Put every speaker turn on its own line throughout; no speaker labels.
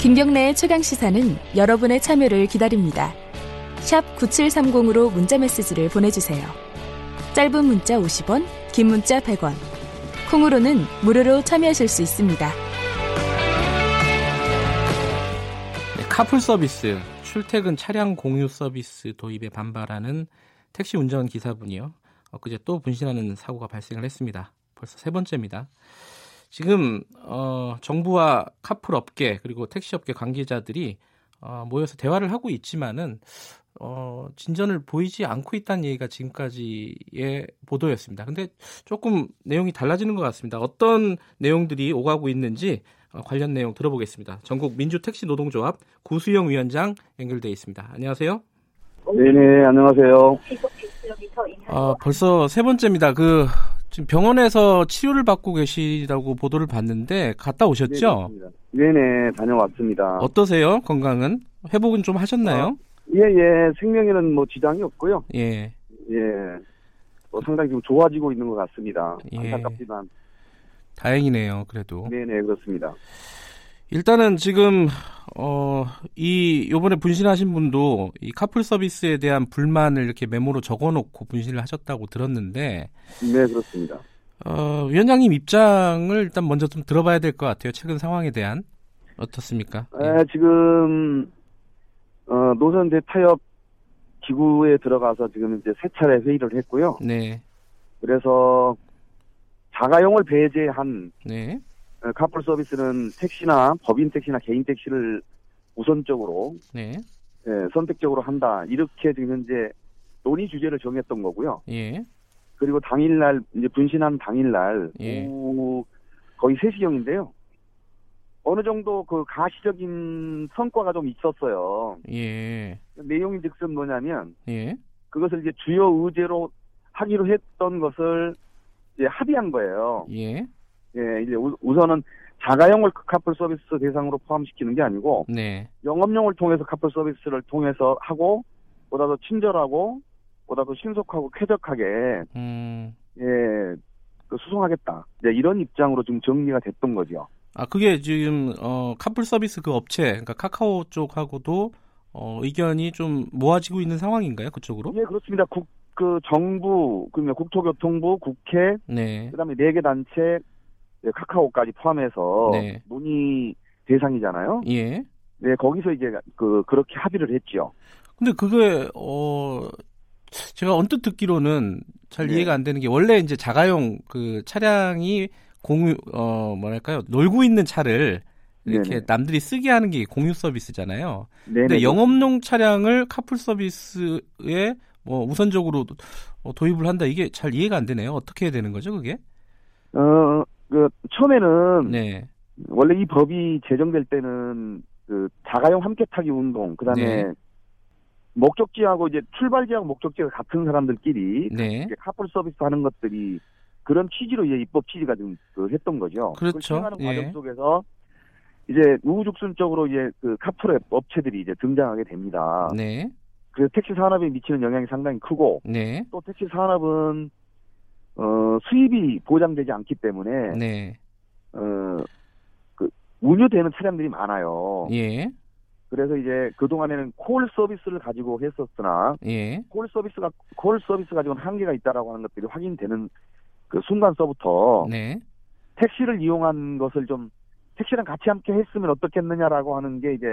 김경래의 최강 시사는 여러분의 참여를 기다립니다. 샵 9730으로 문자 메시지를 보내주세요. 짧은 문자 50원, 긴 문자 100원. 콩으로는 무료로 참여하실 수 있습니다.
네, 카풀 서비스, 출퇴근 차량 공유 서비스 도입에 반발하는 택시 운전 기사분이요. 엊그제 또 분신하는 사고가 발생을 했습니다. 벌써 세 번째입니다. 지금 어, 정부와 카풀 업계 그리고 택시 업계 관계자들이 어, 모여서 대화를 하고 있지만은 어, 진전을 보이지 않고 있다는 얘기가 지금까지의 보도였습니다. 근데 조금 내용이 달라지는 것 같습니다. 어떤 내용들이 오가고 있는지 어, 관련 내용 들어보겠습니다. 전국 민주택시 노동조합 구수영 위원장 연결돼 있습니다. 안녕하세요.
네네 안녕하세요.
아, 벌써 세 번째입니다. 그 지금 병원에서 치료를 받고 계시다고 보도를 봤는데 갔다 오셨죠?
네, 네네 아. 다녀왔습니다.
어떠세요? 건강은 회복은 좀 하셨나요?
예예 생명에는 뭐 지장이 없고요.
예.
예. 뭐 상당히 좀 좋아지고 있는 것 같습니다.
예.
안타깝지만
다행이네요. 그래도.
네네 그렇습니다.
일단은 지금 어, 어이 요번에 분신하신 분도 이 카풀 서비스에 대한 불만을 이렇게 메모로 적어 놓고 분신을 하셨다고 들었는데
네 그렇습니다.
어 위원장님 입장을 일단 먼저 좀 들어봐야 될 것 같아요. 최근 상황에 대한 어떻습니까? 예.
에, 지금 어, 노선 대타협 기구에 들어가서 지금 이제 세 차례 회의를 했고요.
네.
그래서 자가용을 배제한
네.
어, 카풀 서비스는 택시나 법인 택시나 개인 택시를 우선적으로
네.
예, 선택적으로 한다. 이렇게 지금 현재 논의 주제를 정했던 거고요.
예.
그리고 당일날, 이제 분신한 당일날,
예.
오후 거의 3시경인데요. 어느 정도 그 가시적인 성과가 좀 있었어요.
예.
내용이 즉슨 뭐냐면,
예.
그것을 이제 주요 의제로 하기로 했던 것을 이제 합의한 거예요.
예.
예, 이제 우- 우선은 자가용을 카풀 서비스 대상으로 포함시키는 게 아니고,
네.
영업용을 통해서 카풀 서비스를 통해서 하고 보다 더 친절하고 보다 더 신속하고 쾌적하게
음.
예, 그 수송하겠다. 네, 이런 입장으로 지금 정리가 됐던 거죠.
아 그게 지금 어 카풀 서비스 그 업체 그러니까 카카오 쪽하고도 어 의견이 좀 모아지고 있는 상황인가요? 그쪽으로?
예, 그렇습니다. 국, 그 정부, 그러면 국토교통부, 국회,
네.
그다음에 네 개 단체, 예, 카카오까지 포함해서
네.
논의 대상이잖아요.
예.
네, 거기서 이제 그 그렇게 합의를 했죠.
근데 그게 어 제가 언뜻 듣기로는 잘
네.
이해가 안 되는 게 원래 이제 자가용 그 차량이 공유 어 뭐랄까요 놀고 있는 차를 이렇게
네네.
남들이 쓰게 하는 게 공유 서비스잖아요.
네,
근데 영업용 차량을 카풀 서비스에 뭐 우선적으로 어, 도입을 한다 이게 잘 이해가 안 되네요. 어떻게 해야 되는 거죠 그게?
어, 그 처음에는
네,
원래 이 법이 제정될 때는 그 자가용 함께 타기 운동 그다음에
네.
목적지하고 이제 출발지하고 목적지가 같은 사람들끼리
네,
이제 카풀 서비스 하는 것들이 그런 취지로 이제 입법 취지가 지금 그 했던 거죠.
그렇죠.
하는 과정
예.
속에서 이제 우후죽순적으로 이제 그 카풀 앱 업체들이 이제 등장하게 됩니다.
네,
그래서 택시 산업에 미치는 영향이 상당히 크고
네,
또 택시 산업은 어 수입이 보장되지 않기 때문에
네,
어그 운유되는 차량들이 많아요.
예,
그래서 이제 그동안에는 콜 서비스를 가지고 했었으나
예,
콜 서비스가 콜 서비스 가지고는 한계가 있다라고 하는 것들이 확인되는 그 순간서부터
네,
택시를 이용한 것을 좀 택시랑 같이 함께 했으면 어떻겠느냐라고 하는 게 이제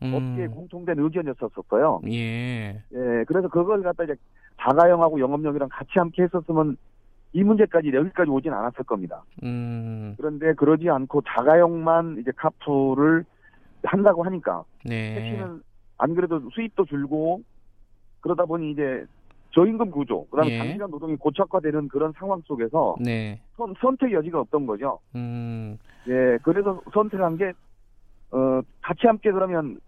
업계의
음,
공통된 의견이었었어요.
예,
예, 그래서 그걸 갖다 이제 자가용하고 영업용이랑 같이 함께 했었으면 이 문제까지 여기까지 오진 않았을 겁니다.
음,
그런데 그러지 않고 자가용만 이제 카풀을 한다고 하니까
네,
택시는 안 그래도 수입도 줄고 그러다 보니 이제 저임금 구조 그다음에
예.
장시간 노동이 고착화되는 그런 상황 속에서
네,
선, 선택 여지가 없던 거죠.
음,
예, 그래서 선택한 게 어, 같이 함께 그러면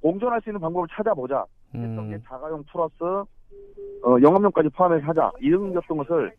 공존할 수 있는 방법을 찾아보자. 했던 게
음,
자가용 플러스 어, 영업용까지 포함해서 하자 이런 것던 것을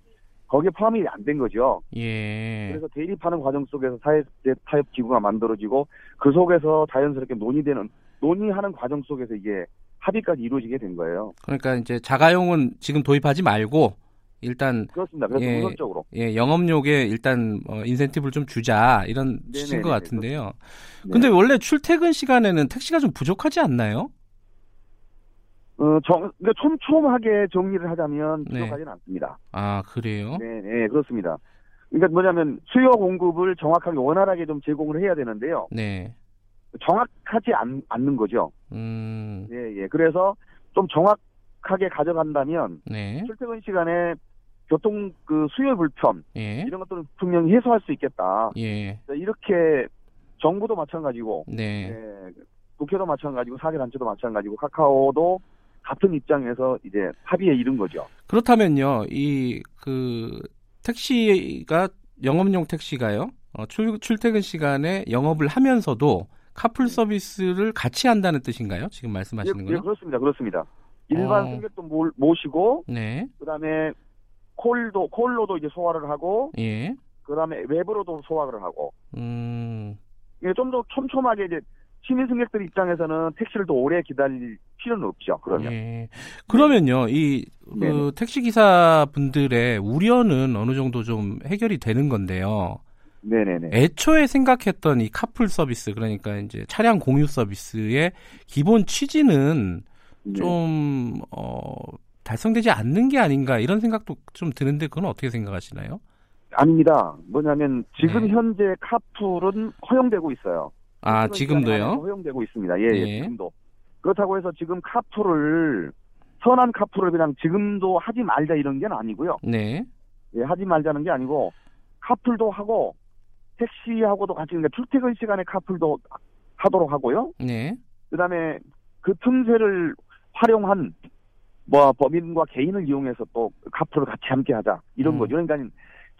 거기에 포함이 안 된 거죠.
예,
그래서 대립하는 과정 속에서 사회 타협 기구가 만들어지고 그 속에서 자연스럽게 논의되는 논의하는 과정 속에서 이게 합의까지 이루어지게 된 거예요.
그러니까 이제 자가용은 지금 도입하지 말고 일단
그렇습니다. 그래서
예.
우선적으로
예, 영업용에 일단 어, 인센티브를 좀 주자 이런
네네,
취지인 것
네네,
같은데요.
네.
근데 원래 출퇴근 시간에는 택시가 좀 부족하지 않나요?
어, 정, 그러니까 촘촘하게 정리를 하자면
네.
부족하지는 않습니다.
아 그래요?
네, 네, 그렇습니다. 그러니까 뭐냐면 수요 공급을 정확하게 원활하게 좀 제공을 해야 되는데요.
네.
정확하지 않, 않는 거죠.
음,
예, 예. 그래서 좀 정확하게 가져간다면
네.
출퇴근 시간에 교통 그 수요 불편
예.
이런 것들은 분명히 해소할 수 있겠다.
예.
이렇게 정부도 마찬가지고
네.
예, 국회도 마찬가지고 사회단체도 마찬가지고 카카오도 같은 입장에서 이제 합의에 이른 거죠.
그렇다면요, 이 그 택시가 영업용 택시가요. 어, 출, 출퇴근 시간에 영업을 하면서도 카풀 서비스를 같이 한다는 뜻인가요? 지금
예,
말씀하시는
예,
거요?
그렇습니다. 그렇습니다. 일반
어.
승객도 몰- 모시고
네.
그다음에 콜도 콜로도 이제 소화를 하고
예.
그다음에 웹으로도 소화를 하고
음.
이게 좀 더 촘촘하게 이제 시민 승객들 입장에서는 택시를 더 오래 기다릴 필요는 없죠. 그러면
예. 그러면요, 이
네. 네네.
그, 택시 기사 분들의 우려는 어느 정도 좀 해결이 되는 건데요.
네네네.
애초에 생각했던 이 카풀 서비스 그러니까 이제 차량 공유 서비스의 기본 취지는
네.
예. 좀 어, 달성되지 않는 게 아닌가 이런 생각도 좀 드는데 그건 어떻게 생각하시나요?
아닙니다. 뭐냐면 지금
네.
현재 카풀은 허용되고 있어요.
아
출퇴근 시간 안에서
지금도요?
허용되고 있습니다. 예, 예,
예.
지금도. 그렇다고 해서 지금 카풀을 선한 카풀을 그냥 지금도 하지 말자 이런 게 아니고요.
네.
예, 하지 말자는 게 아니고 카풀도 하고 택시하고도 같이 그러니까 출퇴근 시간에 카풀도 하도록 하고요.
네.
그다음에 그 틈새를 활용한 뭐 범인과 개인을 이용해서 또 카풀을 같이 함께 하자 이런
음.
거죠. 그러니까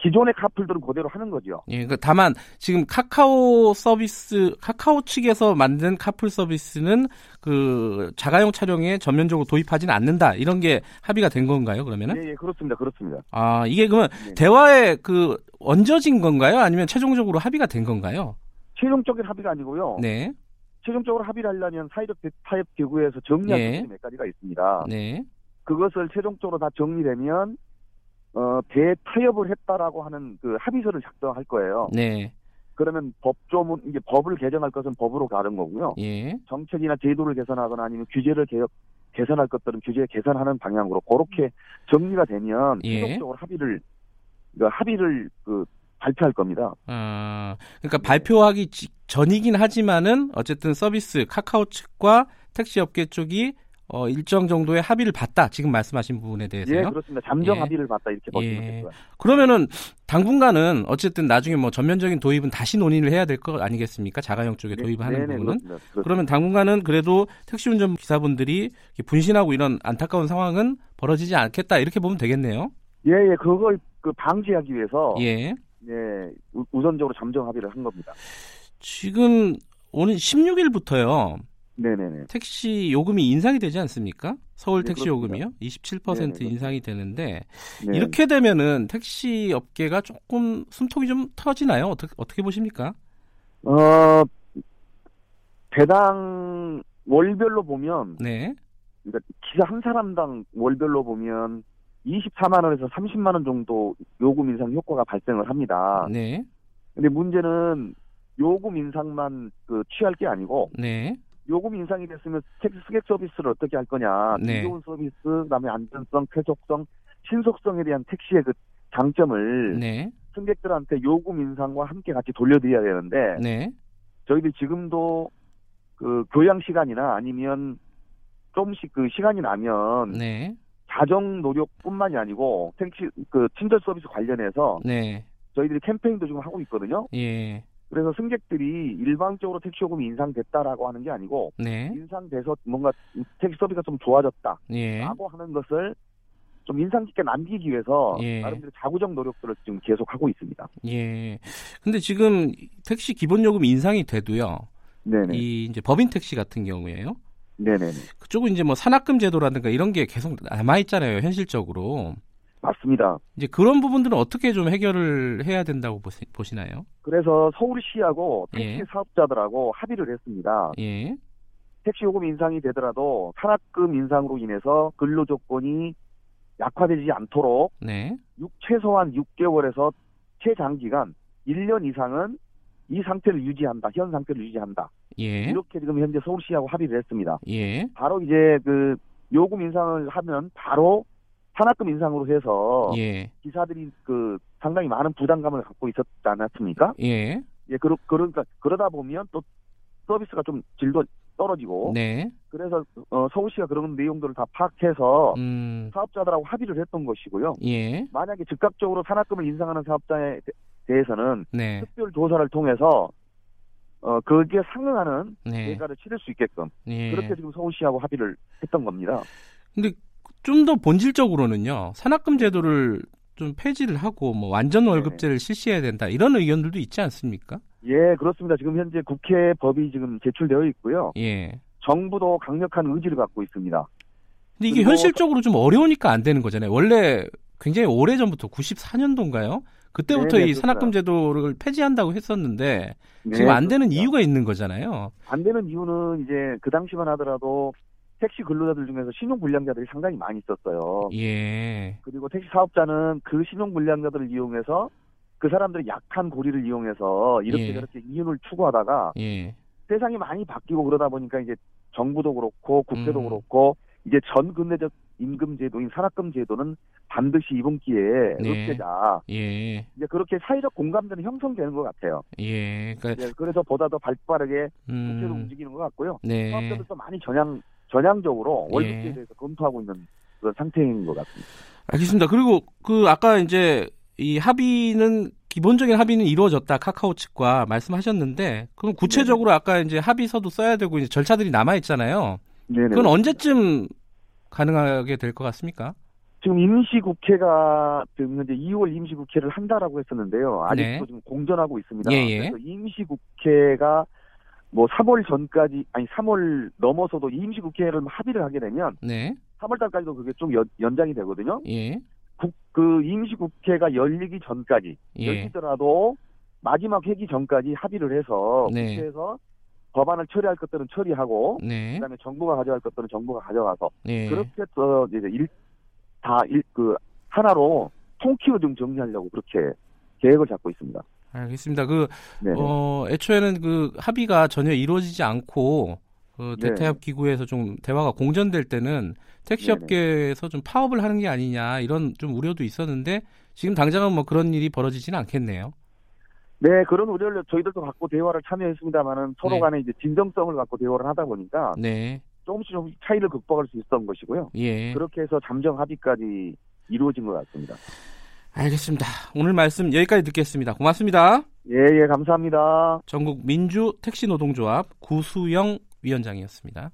기존의 카풀들은 그대로 하는 거죠.
예, 그 다만 지금 카카오 서비스 카카오 측에서 만든 카풀 서비스는 그 자가용 차량에 전면적으로 도입하지는 않는다 이런 게 합의가 된 건가요? 그러면은?
예, 예, 그렇습니다. 그렇습니다.
아 이게 그러면
네.
대화에 그 얹어진 건가요? 아니면 최종적으로 합의가 된 건가요?
최종적인 합의가 아니고요.
네,
최종적으로 합의를 하려면 사회적 대- 타협 기구에서 정리할
예.
것이 몇 가지가 있습니다.
네,
그것을 최종적으로 다 정리되면 어, 대타협을 했다라고 하는 그 합의서를 작성할 거예요.
네,
그러면 법조문 이제 법을 개정할 것은 법으로 가는 거고요.
예,
정책이나 제도를 개선하거나 아니면 규제를 개혁 개선할 것들은 규제 개선하는 방향으로 그렇게 정리가 되면
예.
최종적으로 합의를 그 합의를 그 발표할 겁니다.
아
네.
그러니까 발표하기 지- 전이긴 하지만은 어쨌든 서비스 카카오 측과 택시 업계 쪽이 어, 일정 정도의 합의를 봤다. 지금 말씀하신 부분에 대해서요.
예, 그렇습니다. 잠정
예.
합의를 봤다 이렇게 보시면
예.
될 거예요.
그러면은 당분간은 어쨌든 나중에 뭐 전면적인 도입은 다시 논의를 해야 될 거 아니겠습니까? 자가용 쪽에
네,
도입하는
네네, 그렇죠.
부분은.
그렇습니다. 그렇습니다.
그러면 당분간은 그래도 택시 운전 기사분들이 이렇게 분신하고 이런 안타까운 상황은 벌어지지 않겠다 이렇게 보면 되겠네요.
예, 예, 그걸 그 방지하기 위해서 예,
예.
우- 우선적으로 잠정 합의를 한 겁니다.
지금 오는 16일부터요.
네, 네, 네.
택시 요금이 인상이 되지 않습니까? 서울
네,
택시
그렇습니다.
요금이요. 27%
네, 네,
인상이 되는데
네.
이렇게 되면은 택시 업계가 조금 숨통이 좀 터지나요? 어떻게 어떻게 보십니까?
어 배당 월별로 보면
네.
그러니까 기사 한 사람당 월별로 보면 24만 원에서 30만 원 정도 요금 인상 효과가 발생을 합니다.
네.
근데 문제는 요금 인상만 그 취할 게 아니고
네.
요금 인상이 됐으면 택시 승객 서비스를 어떻게 할 거냐,
네.
좋은 서비스, 그다음에 안전성, 쾌적성, 신속성에 대한 택시의 그 장점을
네.
승객들한테 요금 인상과 함께 같이 돌려드려야 되는데
네.
저희들 지금도 그 교양 시간이나 아니면 조금씩 그 시간이 나면
네.
자정 노력뿐만이 아니고 택시 그 친절 서비스 관련해서
네.
저희들이 캠페인도 지금 하고 있거든요.
예.
그래서 승객들이 일방적으로 택시 요금이 인상됐다라고 하는 게 아니고
네.
인상돼서 뭔가 택시 서비스가 좀 좋아졌다라고
예.
하는 것을 좀 인상 깊게 남기기 위해서
예.
나름대로 자구적 노력들을 지금 계속 하고 있습니다.
예. 근데 지금 택시 기본 요금 인상이 돼도요.
네네.
이 이제 법인 택시 같은 경우에요.
네네네.
그쪽은 이제 뭐 산악금 제도라든가 이런 게 계속 남아 있잖아요. 현실적으로.
맞습니다.
이제 그런 부분들은 어떻게 좀 해결을 해야 된다고 보시, 보시나요?
그래서 서울시하고 택시
예.
사업자들하고 합의를 했습니다.
예.
택시 요금 인상이 되더라도 산악금 인상으로 인해서 근로 조건이 약화되지 않도록
네.
육- 최소한 6개월에서 최장기간 1년 이상은 이 상태를 유지한다. 현 상태를 유지한다.
예.
이렇게 지금 현재 서울시하고 합의를 했습니다.
예.
바로 이제 그 요금 인상을 하면 바로 산학금 인상으로 해서
예.
기사들이 그 상당히 많은 부담감을 갖고 있었지 않았습니까?
예.
예, 그러, 그러니까 그러다 보면 또 서비스가 좀 질도 떨어지고
네.
그래서 어, 서울시가 그런 내용들을 다 파악해서
음.
사업자들하고 합의를 했던 것이고요.
예.
만약에 즉각적으로 산학금을 인상하는 사업자에 대- 대해서는
네.
특별 조사를 통해서 어 거기에 상응하는
네.
대가를 치를 수 있게끔
예.
그렇게 지금 서울시하고 합의를 했던 겁니다.
근데 좀 더 본질적으로는요. 산학금 제도를 좀 폐지를 하고 뭐 완전
네.
월급제를 실시해야 된다. 이런 의견들도 있지 않습니까?
예, 그렇습니다. 지금 현재 국회 법이 지금 제출되어 있고요.
예.
정부도 강력한 의지를 갖고 있습니다.
근데 이게
그리고-
현실적으로 좀 어려우니까 안 되는 거잖아요. 원래 굉장히 오래 전부터 94년도인가요? 그때부터
네, 네,
이 산학금
그렇죠.
제도를 폐지한다고 했었는데
네, 어.
지금 안 되는
그렇습니다.
이유가 있는 거잖아요.
안 되는 이유는 이제 그 당시만 하더라도 택시 근로자들 중에서 신용불량자들이 상당히 많이 있었어요.
예.
그리고 택시 사업자는 그 신용불량자들을 이용해서 그 사람들의 약한 고리를 이용해서 이렇게
예.
저렇게 이윤을 추구하다가
예.
세상이 많이 바뀌고 그러다 보니까 이제 정부도 그렇고 국회도
음.
그렇고 이제 전근대적 임금 제도인 산학금 제도는 반드시 이번 기회에
네.
없애자
예.
이제 그렇게 사회적 공감대는 형성되는 것 같아요.
예. 그러니까
예, 그래서 보다 더 발빠르게 국회도
음.
움직이는 것 같고요.
네.
사업자들도 많이 전향 전향적으로
예.
월급제에 대해서 검토하고 있는 그런 상태인 것 같습니다.
알겠습니다. 그리고 그 아까 이제 이 합의는 기본적인 합의는 이루어졌다 카카오 측과 말씀하셨는데 그럼 구체적으로 아까 이제 합의서도 써야 되고 이제 절차들이 남아 있잖아요.
네. 네네.
그건 언제쯤 가능하게 될 것 같습니까?
지금 임시국회가 지금 현재 2월 임시국회를 한다라고 했었는데요. 아직도
네.
지금 공전하고 있습니다.
예, 예.
그래서 임시국회가 뭐 3월 전까지 아니 3월 넘어서도 임시국회를 합의를 하게 되면
네.
3월 달까지도 그게 좀 연, 연장이 되거든요.
예.
국, 그 임시국회가 열리기 전까지
예.
열리더라도 마지막 회기 전까지 합의를 해서
네.
국회에서 법안을 처리할 것들은 처리하고
네.
그다음에 정부가 가져갈 것들은 정부가 가져가서
네.
그렇게 해서 이제 일다일그 하나로 통키로 좀 정리하려고 그렇게 계획을 잡고 있습니다.
알겠습니다. 그
네.
어, 애초에는 그 합의가 전혀 이루어지지 않고 그
네.
대타협 기구에서 좀 대화가 공전될 때는 택시
네네.
업계에서 좀 파업을 하는 게 아니냐 이런 좀 우려도 있었는데 지금 당장은 뭐 그런 일이 벌어지지는 않겠네요.
네, 그런 우려를 저희들도 갖고 대화를 참여했습니다만은 서로
네.
간에 이제 진정성을 갖고 대화를 하다 보니까
네.
조금씩 조금씩 차이를 극복할 수 있었던 것이고요.
예.
그렇게 해서 잠정 합의까지 이루어진 것 같습니다.
알겠습니다. 오늘 말씀 여기까지 듣겠습니다. 고맙습니다.
예, 예, 감사합니다.
전국 민주 택시 노동조합 구수영 위원장이었습니다.